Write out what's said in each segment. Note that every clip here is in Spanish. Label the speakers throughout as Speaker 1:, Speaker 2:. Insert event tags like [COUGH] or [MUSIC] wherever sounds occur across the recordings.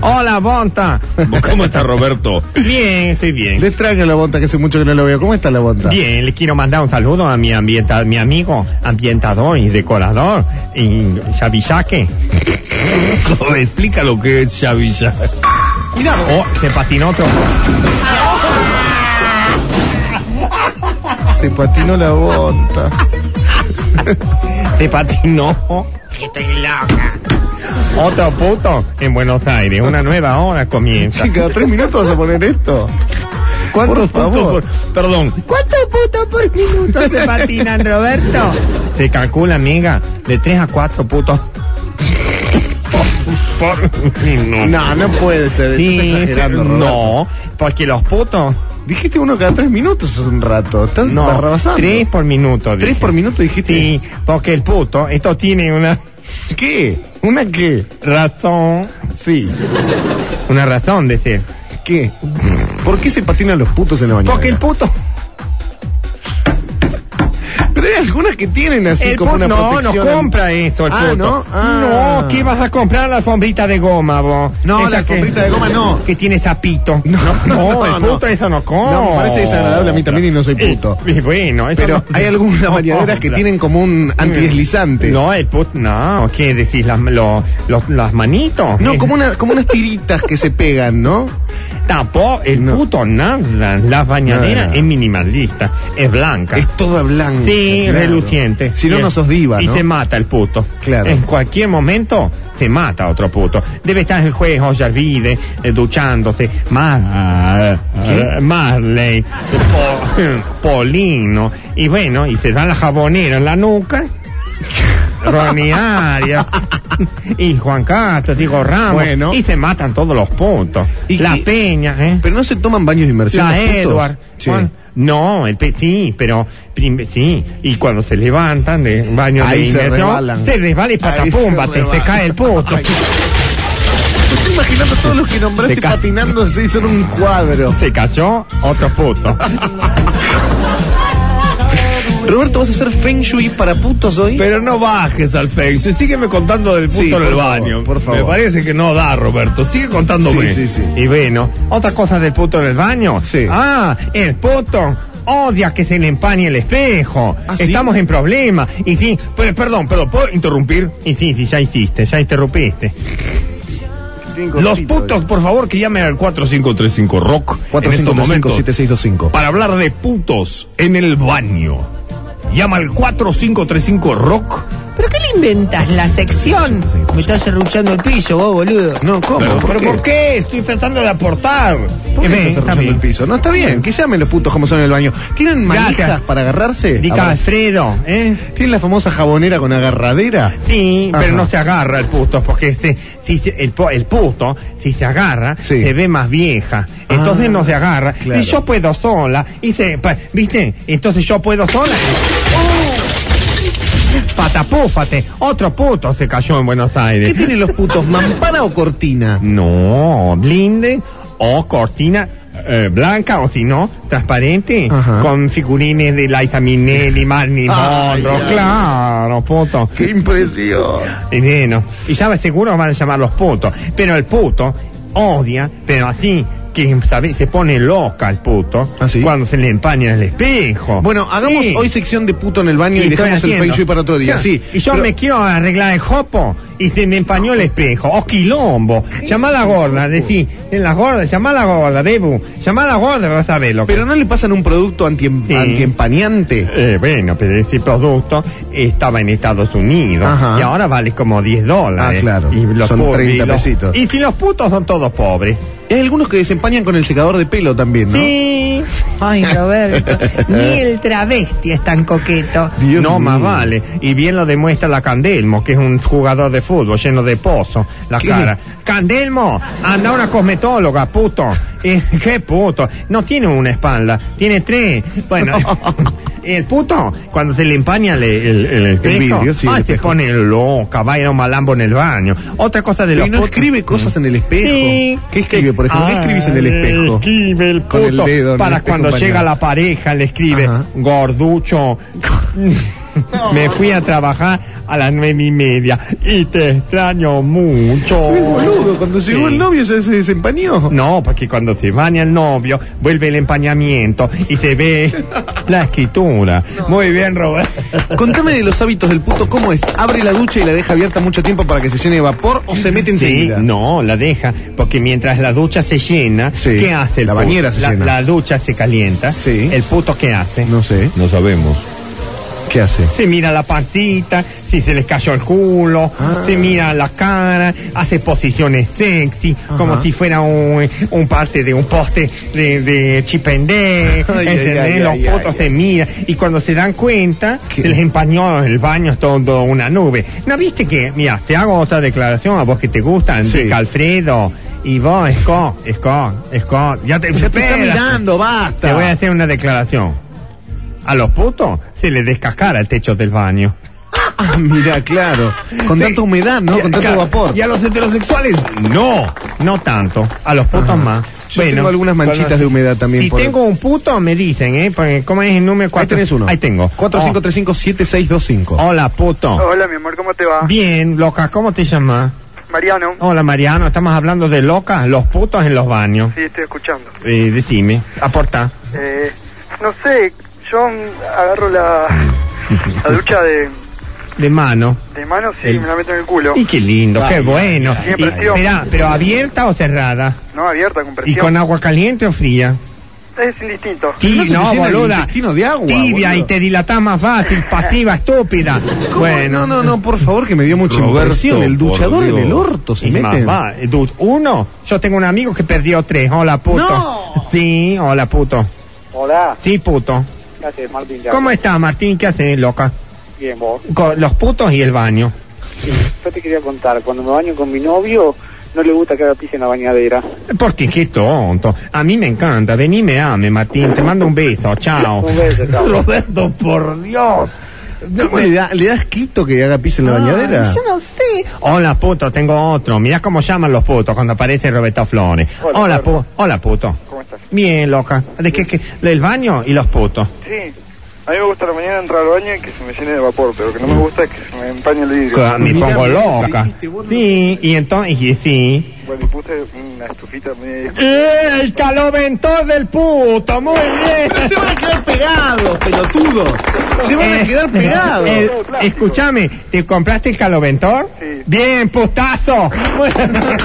Speaker 1: Hola, Bonta.
Speaker 2: [LAUGHS] ¿Cómo está Roberto?
Speaker 1: Bien, estoy bien.
Speaker 3: Le extraño la bonta, que hace mucho que no lo veo. ¿Cómo está la bonta?
Speaker 1: Bien, le quiero mandar un saludo a mi ambienta, mi amigo ambientador y decorador, y Xavi Jaque.
Speaker 2: Joder, [LAUGHS] explica lo que es Xavi ya.
Speaker 1: Mira, oh, se patinó otro.
Speaker 3: Se patinó
Speaker 1: [LAUGHS]
Speaker 3: la bonta.
Speaker 1: Se patinó. Que estoy loca. Otro puto en Buenos Aires. Una nueva hora comienza.
Speaker 3: Che, Cada tres minutos vas a poner esto. ¿Cuántos
Speaker 2: Por-
Speaker 3: favor?
Speaker 2: perdón.
Speaker 1: ¿Cuántos putos por minuto se patinan, Roberto? Se calcula, amiga, de 3 a 4 putos.
Speaker 2: Por- no.
Speaker 3: [LAUGHS] No, no puede ser.
Speaker 1: Sí,
Speaker 3: estás exagerando,
Speaker 1: sí,
Speaker 3: Roberto.
Speaker 1: no, porque los putos.
Speaker 3: Dijiste uno cada tres minutos hace un rato. Estás
Speaker 1: No,
Speaker 3: barrabasando.
Speaker 1: 3 por minuto. dije.
Speaker 3: ¿Tres por minuto dijiste.
Speaker 1: Sí, porque el puto, esto tiene una
Speaker 3: ¿Qué? ¿Una qué?
Speaker 1: razón,
Speaker 3: Sí.
Speaker 1: una razón de ser.
Speaker 3: ¿Qué? ¿Por qué se patinan los putos en la mañana?
Speaker 1: Porque el puto.
Speaker 3: Pero hay algunas que tienen así
Speaker 1: el
Speaker 3: como
Speaker 1: pu-
Speaker 3: una
Speaker 1: no, no
Speaker 3: protección.
Speaker 1: compra esto el
Speaker 3: Ah,
Speaker 1: puto.
Speaker 3: ¿no? Ah.
Speaker 1: No, ¿qué vas a comprar? La alfombrita de goma, vos.
Speaker 3: No,
Speaker 1: Esa
Speaker 3: la
Speaker 1: que-
Speaker 3: alfombrita de goma no.
Speaker 1: Que tiene sapito.
Speaker 3: [LAUGHS] No, no,
Speaker 1: el
Speaker 3: no.
Speaker 1: puto eso no compra.
Speaker 3: No, me parece desagradable a mí también y no soy puto.
Speaker 1: Eh, eh, bueno, eso
Speaker 3: Pero
Speaker 1: no- [LAUGHS]
Speaker 3: hay algunas
Speaker 1: no [LAUGHS]
Speaker 3: bañaderas que
Speaker 1: compra.
Speaker 3: tienen como un antideslizante.
Speaker 1: No, el puto, no, ¿qué decís? Las, lo- los- las manitos.
Speaker 3: No,
Speaker 1: Eh,
Speaker 3: como, una, como unas tiritas que se pegan, ¿no?
Speaker 1: Tampoco, el
Speaker 3: No.
Speaker 1: puto nada. La bañadera
Speaker 3: Nada.
Speaker 1: es minimalista, es blanca.
Speaker 3: Es toda blanca.
Speaker 1: Sí,
Speaker 3: claro.
Speaker 1: reluciente.
Speaker 3: Si no,
Speaker 1: Y
Speaker 3: no
Speaker 1: es-
Speaker 3: sos diva,
Speaker 1: Y
Speaker 3: ¿no?
Speaker 1: se mata el puto.
Speaker 3: Claro.
Speaker 1: En cualquier momento se mata otro puto. Debe estar el juez Ollarvide eh, duchándose. Mar eh,
Speaker 3: ¿Qué?
Speaker 1: Marley,
Speaker 3: [LAUGHS]
Speaker 1: Po- Polino. Y bueno, y se da la jabonera en la nuca. Ronnie
Speaker 3: [LAUGHS]
Speaker 1: Arias y Juan Castro, digo Ramos.
Speaker 3: Bueno.
Speaker 1: Y se matan todos los putos.
Speaker 3: ¿Y
Speaker 1: la
Speaker 3: qué?
Speaker 1: Peña, ¿eh?
Speaker 3: Pero no se toman baños de inmersión.
Speaker 1: La
Speaker 3: los putos.
Speaker 1: Edward.
Speaker 3: Che.
Speaker 1: Juan- No, el pe- sí, pero prim- sí. Y cuando se levantan de baño de
Speaker 3: Ahí se
Speaker 1: inmersión,
Speaker 3: resbalan.
Speaker 1: se resbala y patapumba,
Speaker 3: Ahí
Speaker 1: se, se
Speaker 3: resbalan.
Speaker 1: cae el puto.
Speaker 3: Ay. Me estoy imaginando todos los que nombraste
Speaker 1: Se ca-
Speaker 3: patinando así, son un cuadro.
Speaker 1: Se cayó otro puto.
Speaker 3: Roberto, ¿vas a hacer Feng Shui para putos hoy?
Speaker 2: Pero no bajes al Face. Sígueme contando del puto
Speaker 3: Sí,
Speaker 2: en
Speaker 3: por
Speaker 2: el
Speaker 3: favor,
Speaker 2: baño.
Speaker 3: por favor.
Speaker 2: Me parece que no da, Roberto. Sigue
Speaker 3: sí,
Speaker 2: contándome.
Speaker 3: sí, sí.
Speaker 1: Y bueno, otra cosa del puto en el baño.
Speaker 3: Sí.
Speaker 1: Ah, el puto odia que se le empañe el espejo.
Speaker 3: ¿Ah, sí?
Speaker 1: Estamos en problemas. Y sí, pues, perdón, perdón, ¿puedo interrumpir? Y sí, sí, ya hiciste, ya interrumpiste.
Speaker 2: Los
Speaker 3: eh.
Speaker 2: putos, por favor, que llamen al 4535 Rock en estos momentos
Speaker 3: 4535-7625.
Speaker 2: para hablar de putos en el baño. Llama al 4535 Rock.
Speaker 4: ¿Pero qué le inventas la sección? Me estás cerruchando el piso, vos, boludo.
Speaker 3: No, ¿cómo?
Speaker 2: Pero,
Speaker 3: ¿Por
Speaker 2: pero
Speaker 3: qué?
Speaker 2: ¿por qué? Estoy tratando de aportar.
Speaker 3: ¿Por
Speaker 1: Eh,
Speaker 3: qué
Speaker 1: ven,
Speaker 3: estás
Speaker 1: está
Speaker 3: arruinando
Speaker 1: bien.
Speaker 3: el piso? No, está bien, que llamen los putos como son en el baño. ¿Tienen manijas
Speaker 1: Gracias.
Speaker 3: para agarrarse?
Speaker 1: Dica
Speaker 3: Abra-
Speaker 1: Alfredo, ¿eh?
Speaker 3: ¿Tienen la famosa jabonera con agarradera?
Speaker 1: Sí,
Speaker 3: Ajá.
Speaker 1: pero no se agarra el puto, porque se- si se- el, po- el puto, si se agarra,
Speaker 3: Sí.
Speaker 1: se ve más vieja. Entonces
Speaker 3: Ah,
Speaker 1: no se agarra.
Speaker 3: claro.
Speaker 1: Y yo puedo sola. Y se, pa- ¿Viste? Entonces yo puedo sola.
Speaker 3: Oh.
Speaker 1: Patapúfate. Otro puto se cayó en Buenos
Speaker 3: ¿Qué
Speaker 1: Aires.
Speaker 3: tienen los putos, mampara o cortina?
Speaker 1: No, blinde o cortina eh, blanca o si no, transparente,
Speaker 3: Ajá.
Speaker 1: con figurines de Liza Minnelli, Marni
Speaker 3: Ay,
Speaker 1: Monroe.
Speaker 3: ay.
Speaker 1: Claro, puto.
Speaker 3: ¡Qué impresión!
Speaker 1: Y bueno, y sabes, seguro van a llamar los putos. Pero el puto odia, pero así, que ¿sabes? se pone loca el puto
Speaker 3: ¿Ah, sí?
Speaker 1: cuando se le empaña el espejo.
Speaker 3: Bueno, hagamos
Speaker 1: Sí.
Speaker 3: hoy sección de puto en el baño y,
Speaker 1: Sí, estoy
Speaker 3: dejamos el
Speaker 1: haciendo.
Speaker 3: Feng Shui para otro día.
Speaker 1: Claro.
Speaker 3: Sí,
Speaker 1: Y yo
Speaker 3: pero-
Speaker 1: me quiero arreglar el jopo y se me empañó el espejo. O quilombo. Llamá a la gorda, decí, en la gorda, llamá a la gorda, Debu. Llamá a la gorda, vas a verlo.
Speaker 3: Pero no le pasan un producto antiemp-
Speaker 1: Sí.
Speaker 3: antiempañante.
Speaker 1: Eh, bueno, pero ese producto estaba en Estados Unidos
Speaker 3: Ajá.
Speaker 1: y ahora vale como 10 dólares.
Speaker 3: Ah, claro.
Speaker 1: Y los
Speaker 3: Son
Speaker 1: pobres-
Speaker 3: 30
Speaker 1: y los-
Speaker 3: pesitos.
Speaker 1: Y si los putos son todos pobres.
Speaker 3: Hay algunos que desempañan con el secador de pelo también, ¿no?
Speaker 1: Sí. [LAUGHS]
Speaker 4: Ay, Roberto, ni el travesti es tan coqueto.
Speaker 3: Dios
Speaker 1: no,
Speaker 3: mío.
Speaker 1: más vale. Y bien lo demuestra la Candelmo, que es un jugador de fútbol lleno de pozo, la
Speaker 3: ¿Qué?
Speaker 1: cara. Candelmo, anda una cosmetóloga, puto. [LAUGHS] Eh, qué puto. No tiene una espalda, tiene tres.
Speaker 3: [LAUGHS]
Speaker 1: Bueno, [LAUGHS] el puto, cuando se le empaña el, el, el espejo,
Speaker 3: vidrio, sí, el
Speaker 1: ay, se
Speaker 3: espejo.
Speaker 1: pone loca, va a ir a un malambo en el baño. Otra cosa de
Speaker 3: Pero
Speaker 1: los
Speaker 3: y no
Speaker 1: putos-
Speaker 3: escribe cosas en el espejo.
Speaker 1: Sí.
Speaker 3: ¿Qué escribe, por ejemplo? ¿Qué
Speaker 1: Ah,
Speaker 3: escribís en el espejo?
Speaker 1: escribe el
Speaker 3: Con el
Speaker 1: puto
Speaker 3: dedo en el
Speaker 1: para
Speaker 3: espejo
Speaker 1: cuando
Speaker 3: empañado.
Speaker 1: llega la pareja, le escribe
Speaker 3: Ajá.
Speaker 1: gorducho. Me fui a trabajar a las nueve y media y te extraño mucho.
Speaker 3: Qué boludo, cuando llegó
Speaker 1: Sí.
Speaker 3: el novio ya se desempañó.
Speaker 1: No, porque cuando se baña el novio, vuelve el empañamiento y se
Speaker 3: [LAUGHS]
Speaker 1: ve la escritura. Muy bien, Robert.
Speaker 3: Contame de los hábitos del puto, ¿cómo es? ¿Abre la ducha y la deja abierta mucho tiempo para que se llene de vapor o se mete
Speaker 1: Sí,
Speaker 3: enseguida?
Speaker 1: no, la deja, porque mientras la ducha se llena,
Speaker 3: Sí.
Speaker 1: ¿qué hace el
Speaker 3: La
Speaker 1: puto?
Speaker 3: bañera se
Speaker 1: la,
Speaker 3: llena.
Speaker 1: La ducha se calienta.
Speaker 3: Sí.
Speaker 1: ¿El puto qué hace?
Speaker 3: No sé.
Speaker 2: No sabemos.
Speaker 3: ¿Qué hace?
Speaker 1: Se mira la patita, si se les cayó el culo,
Speaker 3: Ah.
Speaker 1: se mira la cara, hace posiciones sexy,
Speaker 3: Ajá.
Speaker 1: como si fuera un, un parte de un poste de, de chipendé,
Speaker 3: [LAUGHS] Ay, ay,
Speaker 1: ¿entendés?
Speaker 3: ay,
Speaker 1: Los
Speaker 3: ay,
Speaker 1: putos
Speaker 3: ay,
Speaker 1: se miran y cuando se dan cuenta,
Speaker 3: ¿Qué?
Speaker 1: se les empañó el baño, es todo una nube. ¿No viste que, mira, te hago otra declaración a vos que te gustan,
Speaker 3: Sí.
Speaker 1: de Calfredo y vos, Scott, Scott, Scott, ya te,
Speaker 3: Se te está
Speaker 1: espera.
Speaker 3: mirando, basta.
Speaker 1: Te voy a hacer una declaración. A los putos se les descascara el techo del baño.
Speaker 3: Ah, mira, claro. Con
Speaker 1: Sí.
Speaker 3: tanta humedad, ¿no?
Speaker 1: Y-
Speaker 3: Con tanto
Speaker 1: claro.
Speaker 3: vapor.
Speaker 2: ¿Y a los heterosexuales?
Speaker 1: No, no tanto. A los putos
Speaker 3: Ajá.
Speaker 1: más.
Speaker 3: Yo tengo algunas manchitas de humedad también
Speaker 1: Si
Speaker 3: por-
Speaker 1: tengo un puto, me dicen, ¿eh? Porque, ¿Cómo es el número?
Speaker 3: Ahí
Speaker 1: Cuatro-
Speaker 3: tenés uno.
Speaker 1: Ahí tengo. Oh,
Speaker 3: 4535-7625.
Speaker 1: Hola, puto.
Speaker 5: Hola, mi amor, ¿cómo te va?
Speaker 1: Bien, loca, ¿cómo te llamas?
Speaker 5: Mariano.
Speaker 1: Hola, Mariano. Estamos hablando de locas, los putos en los baños.
Speaker 5: Sí, estoy escuchando.
Speaker 1: Eh, decime, aporta.
Speaker 5: Eh, no sé, yo agarro
Speaker 1: [LAUGHS]
Speaker 5: la, la ducha de,
Speaker 1: De mano.
Speaker 5: de mano sí,
Speaker 1: El-
Speaker 5: me la meto en el culo.
Speaker 1: Y qué lindo, qué bueno.
Speaker 5: Tiene
Speaker 1: Y-
Speaker 5: presión.
Speaker 1: Esperá, pero abierta o cerrada.
Speaker 5: No, abierta, con
Speaker 1: ¿Y
Speaker 5: presión.
Speaker 1: con agua caliente o fría?
Speaker 5: Es indistinto.
Speaker 1: Sí,
Speaker 3: no se
Speaker 1: no,
Speaker 3: te llena el
Speaker 1: boluda.
Speaker 3: intestino de agua,
Speaker 1: Tibia
Speaker 3: boludo.
Speaker 1: y te dilatás más
Speaker 3: [LAUGHS]
Speaker 1: fácil, pasiva, estúpida.
Speaker 3: ¿Cómo?
Speaker 1: Bueno,
Speaker 3: No, no, no, por favor, que me dio mucha
Speaker 2: Roberto,
Speaker 3: impresión. El
Speaker 2: por
Speaker 3: duchador en
Speaker 2: Dios.
Speaker 3: el orto se
Speaker 1: Y
Speaker 3: mete.
Speaker 1: más
Speaker 3: [LAUGHS]
Speaker 1: va, eh, dude, uno, yo tengo un amigo que perdió tres. Hola, puto.
Speaker 3: No.
Speaker 1: Sí, hola, puto.
Speaker 5: Hola,
Speaker 1: Sí, puto.
Speaker 5: ¿qué haces, Martín?
Speaker 1: ¿Cómo estás, Martín? ¿Qué haces, loca?
Speaker 5: Bien, vos.
Speaker 1: Con los putos y el baño.
Speaker 5: Yo te quería contar, cuando me baño con mi novio, no le gusta que haga pis en la bañadera.
Speaker 1: Porque qué tonto. A mí me encanta. Vení, me ame, Martín. Te mando un beso. Chao.
Speaker 5: beso,
Speaker 1: Roberto, por Dios.
Speaker 3: ¿Cómo le, da, le das quito que haga pis en
Speaker 1: Ah,
Speaker 3: la bañadera?
Speaker 1: Ay, yo no sé. Hola, puto, tengo otro. Mirá cómo llaman los putos cuando aparece Roberto Flores.
Speaker 5: Hola,
Speaker 1: Hola,
Speaker 5: Roberto.
Speaker 1: pu- hola puto.
Speaker 5: ¿Cómo estás?
Speaker 1: Bien, loca. ¿De qué, qué? ¿Del baño y los putos?
Speaker 5: Sí. A mí me gusta la mañana entrar al baño y que se me llene de vapor, pero que no me gusta es que se me empañe el
Speaker 1: Que
Speaker 5: vidrio.
Speaker 1: Me
Speaker 3: Mirá,
Speaker 1: pongo
Speaker 3: mirá,
Speaker 1: loca.
Speaker 3: dijiste, vos no-
Speaker 1: Sí, y entonces, y sí.
Speaker 5: Bueno, y puse una estufita [LAUGHS] medio...
Speaker 1: ¡El caloventor del puto! ¡Muy bien!
Speaker 3: Se van a quedar pegados, pelotudo. Se van a
Speaker 1: Eh,
Speaker 3: quedar pegados.
Speaker 1: eh, escúchame, ¿te compraste el caloventor?
Speaker 5: Sí.
Speaker 1: Bien,
Speaker 3: [LAUGHS]
Speaker 1: putazo.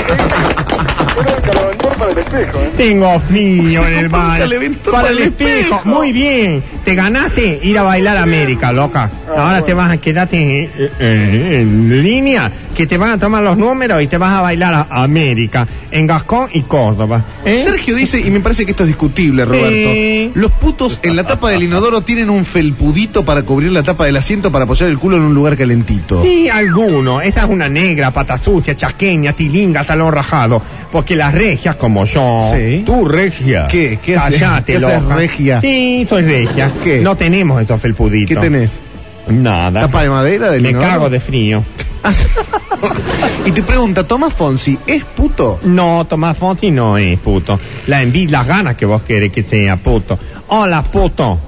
Speaker 5: Era un calaventor para el espejo, ¿eh?
Speaker 1: Tengo
Speaker 3: [LAUGHS]
Speaker 1: frío en el
Speaker 3: compró un
Speaker 1: baño.
Speaker 3: calaventor
Speaker 1: Para
Speaker 3: para
Speaker 1: el
Speaker 3: el
Speaker 1: espejo.
Speaker 3: espejo.
Speaker 1: Muy bien. Te ganaste ir a bailar a América, loca.
Speaker 3: Ah,
Speaker 1: Ahora te vas a quedarte en, en- en línea, que te van a tomar los números y te vas a bailar a América, en Gascón y Córdoba. ¿Eh?
Speaker 3: Sergio dice, y me parece que esto es discutible, Roberto.
Speaker 1: Sí.
Speaker 3: Los putos en la tapa del inodoro tienen un felpudito para cubrir la tapa del asiento para apoyar el culo en un lugar calentito.
Speaker 1: Sí, alguno. Esa es una negra, pata sucia, chaqueña, tilinga, talón rajado. Porque las regias, como yo.
Speaker 3: Sí.
Speaker 2: Tú, regia.
Speaker 3: ¿Qué? ¿Qué haces?
Speaker 1: Callate,
Speaker 3: ¿Qué haces,
Speaker 1: loca.
Speaker 3: regia?
Speaker 1: Sí, soy regia.
Speaker 3: ¿Qué?
Speaker 1: No tenemos estos felpuditos.
Speaker 3: ¿Qué tenés?
Speaker 1: Nada.
Speaker 3: ¿Tapa de madera del
Speaker 1: Me
Speaker 3: inodoro? Ah,
Speaker 1: cago de frío.
Speaker 3: [LAUGHS] y te pregunta, Tomás Fonsi, ¿es puto?
Speaker 1: No, Tomás Fonsi no es puto. La envidia, las ganas que vos querés que sea puto. Hola, puto.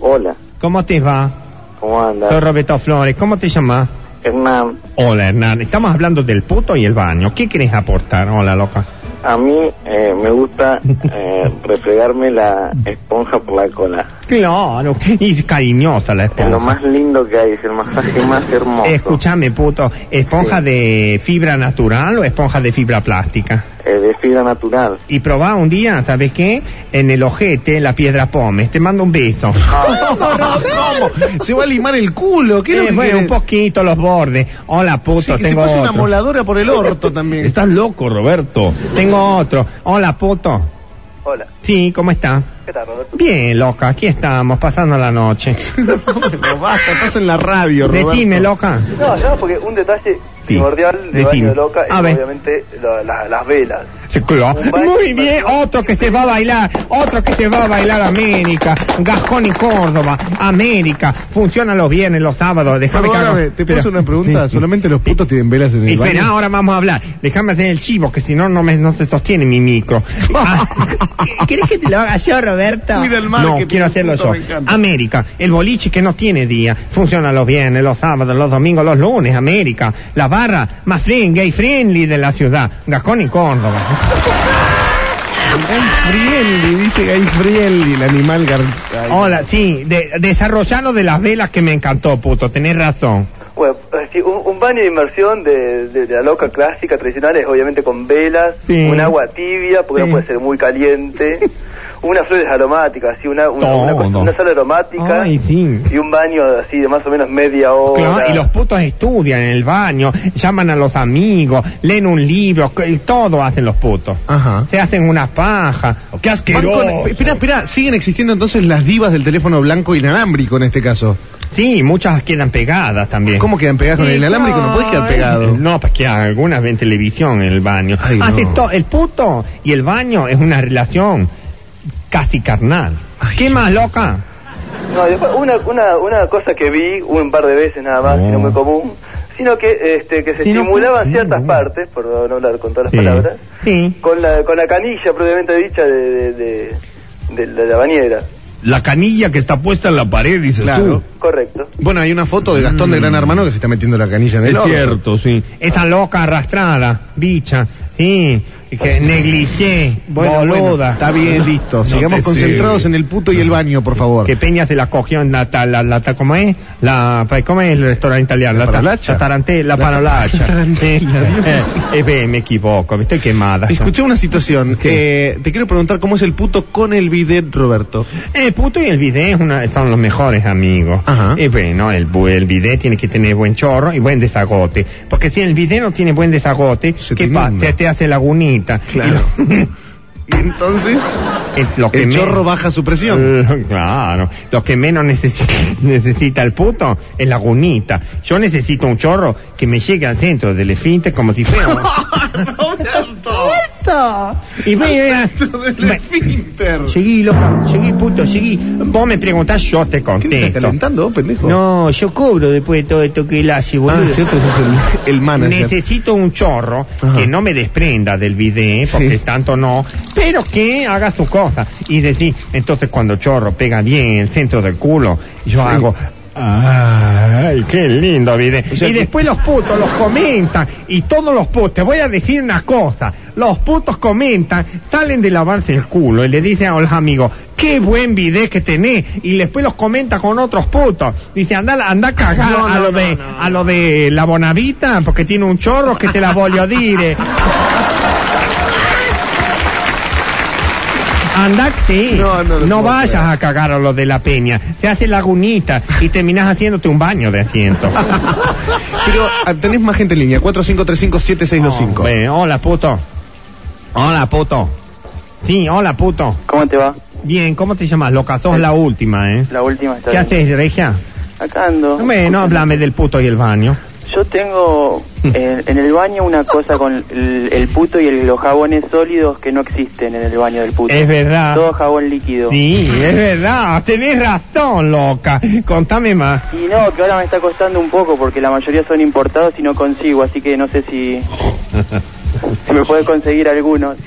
Speaker 6: Hola,
Speaker 1: ¿Cómo te va?
Speaker 6: ¿cómo
Speaker 1: Soy
Speaker 6: andas?
Speaker 1: Roberto Flores. ¿Cómo te llamas?
Speaker 6: Hernán,
Speaker 1: Hola, Hernán. Estamos hablando del puto y el baño. ¿Qué querés aportar? Hola, loca.
Speaker 6: a mí eh, me gusta
Speaker 1: [LAUGHS]
Speaker 6: eh, refregarme la esponja por la cola.
Speaker 1: Claro, y es cariñosa la
Speaker 6: Es lo
Speaker 1: esponja.
Speaker 6: más lindo que hay, es el masaje más
Speaker 1: [LAUGHS]
Speaker 6: hermoso.
Speaker 1: Escúchame, puto. ¿Esponja
Speaker 6: Sí.
Speaker 1: de fibra natural o esponja de fibra plástica?
Speaker 6: Eh, de fibra natural.
Speaker 1: Y probá un día, ¿sabes qué? En el ojete, la piedra pomes. Te mando un beso.
Speaker 3: [LAUGHS] ¿Cómo, ¿Cómo? Se va a limar el culo. ¿Qué es lo
Speaker 1: Eh,
Speaker 3: que
Speaker 1: bueno,
Speaker 3: querés?
Speaker 1: un poquito los bordes. Hola, puto,
Speaker 3: Sí, que se
Speaker 1: tengo
Speaker 3: pasa una
Speaker 1: otro.
Speaker 3: moladora por el
Speaker 1: [LAUGHS]
Speaker 3: orto también.
Speaker 2: Estás loco, Roberto.
Speaker 1: Tengo otro. Hola, puto.
Speaker 5: Hola,
Speaker 1: Sí, ¿cómo está?
Speaker 5: ¿qué tal, Roberto?
Speaker 1: Bien, loca, aquí estamos, pasando la noche.
Speaker 3: bueno, [LAUGHS] basta, estás en la radio, Roberto.
Speaker 1: Decime, loca.
Speaker 5: No, yo no, porque un detalle
Speaker 1: Sí.
Speaker 5: primordial de
Speaker 1: Decime.
Speaker 5: baño de loca es
Speaker 1: A ver.
Speaker 5: obviamente la- la- las velas.
Speaker 1: Sí, claro.
Speaker 6: Un baile,
Speaker 1: Muy
Speaker 6: un
Speaker 1: bien, otro que se va a bailar, otro que se va a bailar América, Gascón y Córdoba, América, funciona los viernes, los sábados, déjame que haga-
Speaker 3: Perdóname, te
Speaker 1: Pero-
Speaker 3: puedo hacer una pregunta.
Speaker 1: Sí.
Speaker 3: ¿Solamente los putos tienen velas en el
Speaker 1: Espera,
Speaker 3: baño?
Speaker 1: ahora vamos a hablar. Déjame hacer el chivo, que si no, no, me- no se sostiene
Speaker 4: [LAUGHS]
Speaker 1: mi micro. Ah,
Speaker 4: ¿Querés que te lo haga yo, Roberto?
Speaker 3: Cuida el mar,
Speaker 1: no,
Speaker 3: que
Speaker 1: quiero hacerlo
Speaker 3: puto
Speaker 1: yo.
Speaker 3: me encanta.
Speaker 1: América, el boliche que no tiene día. Funciona los viernes, los sábados, los domingos, los lunes. América, la barra más friend, gay friendly de la ciudad. Gascón y Córdoba.
Speaker 3: Gay Friendly, dice Gay Friendly, el animal gar- Ay,
Speaker 1: Hola, sí, de, desarrollar lo de las velas que me encantó, puto. Tenés razón.
Speaker 5: Bueno, así, un, un baño de inmersión de, de- de la loca clásica tradicional es obviamente con velas,
Speaker 1: Sí.
Speaker 5: un agua tibia, porque
Speaker 1: Sí.
Speaker 5: no puede ser
Speaker 1: [LAUGHS]
Speaker 5: muy caliente, unas flores aromáticas, así, una, una, una cosa-
Speaker 1: Todo.
Speaker 5: una sal aromática
Speaker 1: Ay, sí.
Speaker 5: y un baño así de más o menos media
Speaker 1: Claro,
Speaker 5: hora.
Speaker 1: y los putos estudian en el baño, llaman a los amigos, leen un libro, c- todo hacen los putos.
Speaker 3: Ajá.
Speaker 1: Se hacen una paja.
Speaker 3: Qué asqueroso. Espera, espera, siguen existiendo entonces las divas del teléfono blanco inalámbrico en este caso.
Speaker 1: Sí, muchas quedan pegadas también.
Speaker 3: ¿Cómo quedan pegadas con el inalámbrico? No puedes quedar pegado.
Speaker 1: No, pues que algunas ven televisión en el baño.
Speaker 3: Ay, no.
Speaker 1: Hace to- el puto y el baño es una relación casi carnal.
Speaker 3: Ay,
Speaker 1: ¿Qué
Speaker 3: Dios
Speaker 1: más,
Speaker 3: mío.
Speaker 1: loca?
Speaker 5: No, y después una, una, una cosa que vi un par de veces nada más,
Speaker 1: Oh.
Speaker 5: y no muy común, sino que, este, que se
Speaker 1: Sí, no,
Speaker 5: simulaban
Speaker 1: sí,
Speaker 5: ciertas
Speaker 1: no.
Speaker 5: partes, por no hablar con todas las
Speaker 1: Sí.
Speaker 5: palabras,
Speaker 1: Sí.
Speaker 5: con la, con la canilla propiamente dicha de, de, de- de la- de la bañera.
Speaker 2: La canilla que está puesta en la pared, dices
Speaker 3: Claro.
Speaker 2: tú.
Speaker 5: Correcto.
Speaker 3: Bueno, hay una foto de Gastón de
Speaker 1: Mm.
Speaker 3: Gran Hermano que se está metiendo la canilla en el
Speaker 2: Es
Speaker 3: orto.
Speaker 2: cierto, sí.
Speaker 1: Esa loca arrastrada, bicha, sí, que negligé,
Speaker 3: Bueno,
Speaker 1: boluda.
Speaker 3: bueno, está bien, listo.
Speaker 2: No
Speaker 3: Sigamos
Speaker 2: te
Speaker 3: concentrados
Speaker 2: sirve.
Speaker 3: en el puto y el baño, por favor.
Speaker 1: Que Peña se la cogió en la, ta- la, la ta- ¿cómo es? La, pa- ¿cómo es el restaurante italiano? La, ta-
Speaker 3: parolacha.
Speaker 1: La tarante, la
Speaker 3: La
Speaker 1: parolacha.
Speaker 3: tarantela,
Speaker 1: [LAUGHS] Eh,
Speaker 3: Dios.
Speaker 1: eh, eh, ve, me equivoco, estoy quemada. ya.
Speaker 3: Escuché una situación. Eh, te quiero preguntar cómo es el puto con el bidet, Roberto.
Speaker 1: El Eh, puto y el bidet es una- son los mejores amigos.
Speaker 3: Ajá.
Speaker 1: Y bueno, el, bu- el bidet tiene que tener buen chorro y buen desagote. Porque si el bidet no tiene buen desagote,
Speaker 3: Se
Speaker 1: ¿qué
Speaker 3: te
Speaker 1: pasa?
Speaker 3: inunda.
Speaker 1: Se te hace lagunita.
Speaker 3: Claro.
Speaker 1: [LAUGHS] Y
Speaker 3: Y entonces,
Speaker 1: lo- lo que
Speaker 3: el
Speaker 1: me-
Speaker 3: chorro baja su presión.
Speaker 1: Eh, Claro, lo que menos necesi- [LAUGHS] necesita el puto es lagunita. Yo necesito un chorro que me llegue al centro del esfínter como si fuera.
Speaker 3: Eh.
Speaker 1: y vea,
Speaker 3: El esfínter.
Speaker 1: seguí, loco, seguí, puto, seguí. Vos me preguntás, yo te
Speaker 3: ¿Qué te estás
Speaker 1: contesto.
Speaker 3: calentando, vos, pendejo?
Speaker 1: No, yo cobro después de todo esto que él hace,
Speaker 3: Ah,
Speaker 1: boludo.
Speaker 3: cierto, ese es el, el manager.
Speaker 1: Necesito un chorro
Speaker 3: Ajá.
Speaker 1: que no me desprenda del bidet, porque
Speaker 3: Sí.
Speaker 1: tanto no, pero que haga su cosa. Y decir, entonces cuando el chorro pega bien el centro del culo, yo
Speaker 3: Sí.
Speaker 1: hago. Ay, qué lindo bidet.
Speaker 3: O sea
Speaker 1: y
Speaker 3: que-
Speaker 1: después los putos los comentan y todos los putos, te voy a decir una cosa, los putos comentan, salen de lavarse el culo y le dicen a los amigos, qué buen bidet que tenés, y después los comenta con otros putos. Dice, anda, anda a cagar
Speaker 3: No,
Speaker 1: a
Speaker 3: no,
Speaker 1: lo
Speaker 3: no,
Speaker 1: de,
Speaker 3: no.
Speaker 1: a lo de la bonavita, porque tiene un chorro que te la voglio dire. Anda, sí.
Speaker 3: No, no lo puedo
Speaker 1: vayas
Speaker 3: creer.
Speaker 1: a cagar a lo de la peña. Te hace lagunita y terminás haciéndote un baño de
Speaker 3: [LAUGHS]
Speaker 1: asiento.
Speaker 3: Pero ah, tenés más gente en línea. 45357625.
Speaker 1: Ve, hola, puto. Hola, puto. Sí, hola, puto.
Speaker 5: ¿Cómo te va?
Speaker 1: Bien, ¿cómo te llamas, loca? Sos la última, ¿eh?
Speaker 5: La última está
Speaker 1: ¿Qué
Speaker 5: bien.
Speaker 1: haces, Regia?
Speaker 5: Acá ando.
Speaker 1: Bueno, háblame del puto y el baño.
Speaker 5: Yo tengo
Speaker 1: Mm.
Speaker 5: eh, en, en el baño una cosa con el, el puto y el- los jabones sólidos que no existen en el baño del puto.
Speaker 1: Es verdad.
Speaker 5: Todo jabón líquido.
Speaker 1: Sí, es verdad, tenés razón, loca. Contame más.
Speaker 5: Y no, que ahora me está costando un poco porque la mayoría son importados y no consigo, así que no sé si, si me puede conseguir algunos.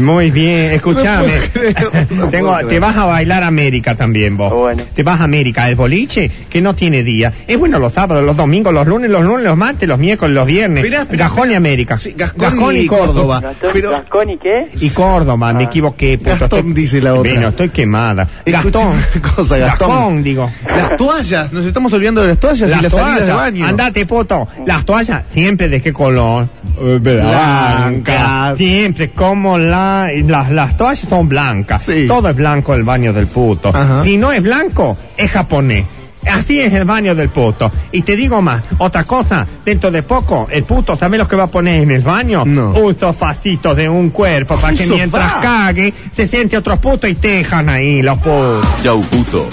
Speaker 1: Muy bien, escúchame.
Speaker 3: No puedo creer, no
Speaker 1: [LAUGHS] Tengo,
Speaker 3: puedo creer.
Speaker 1: te vas a bailar América también vos.
Speaker 5: Bueno.
Speaker 1: Te vas a América, el boliche que no tiene día. Es bueno los sábados, los domingos, los lunes, los lunes, los martes, los miércoles, los viernes.
Speaker 3: Esperá, esperá,
Speaker 1: Gajón y
Speaker 3: esperá.
Speaker 1: América.
Speaker 3: Sí, Gascón y Córdoba.
Speaker 5: Gastón,
Speaker 3: Pero-
Speaker 5: ¿Gascón y qué?
Speaker 1: Y Córdoba, me
Speaker 5: Ah.
Speaker 1: equivoqué. puto,
Speaker 3: Gastón
Speaker 1: estoy-
Speaker 3: dice la otra.
Speaker 1: Bueno, estoy quemada.
Speaker 3: Escuchame
Speaker 1: Gastón.
Speaker 3: una cosa, Gastón.
Speaker 1: digo.
Speaker 3: Las toallas, nos estamos olvidando de las toallas y las salidas de baño.
Speaker 1: Andate, poto. Las toallas, siempre de qué color?
Speaker 3: Eh, Blancas.
Speaker 1: Siempre, como la, las, las toallas son blancas.
Speaker 3: Sí.
Speaker 1: Todo es blanco el baño del puto.
Speaker 3: Ajá.
Speaker 1: Si no es blanco, es japonés. Así es el baño del puto. Y te digo más, otra cosa, dentro de poco, el puto, ¿sabes lo que va a poner en el baño?
Speaker 3: No.
Speaker 1: Un sofacito de un cuerpo para
Speaker 3: Un
Speaker 1: que
Speaker 3: sofá.
Speaker 1: mientras cague se siente otro puto y tejan ahí los putos.
Speaker 7: Chau puto.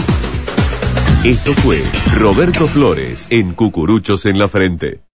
Speaker 7: Esto fue Roberto Flores en Cucuruchos en la Frente.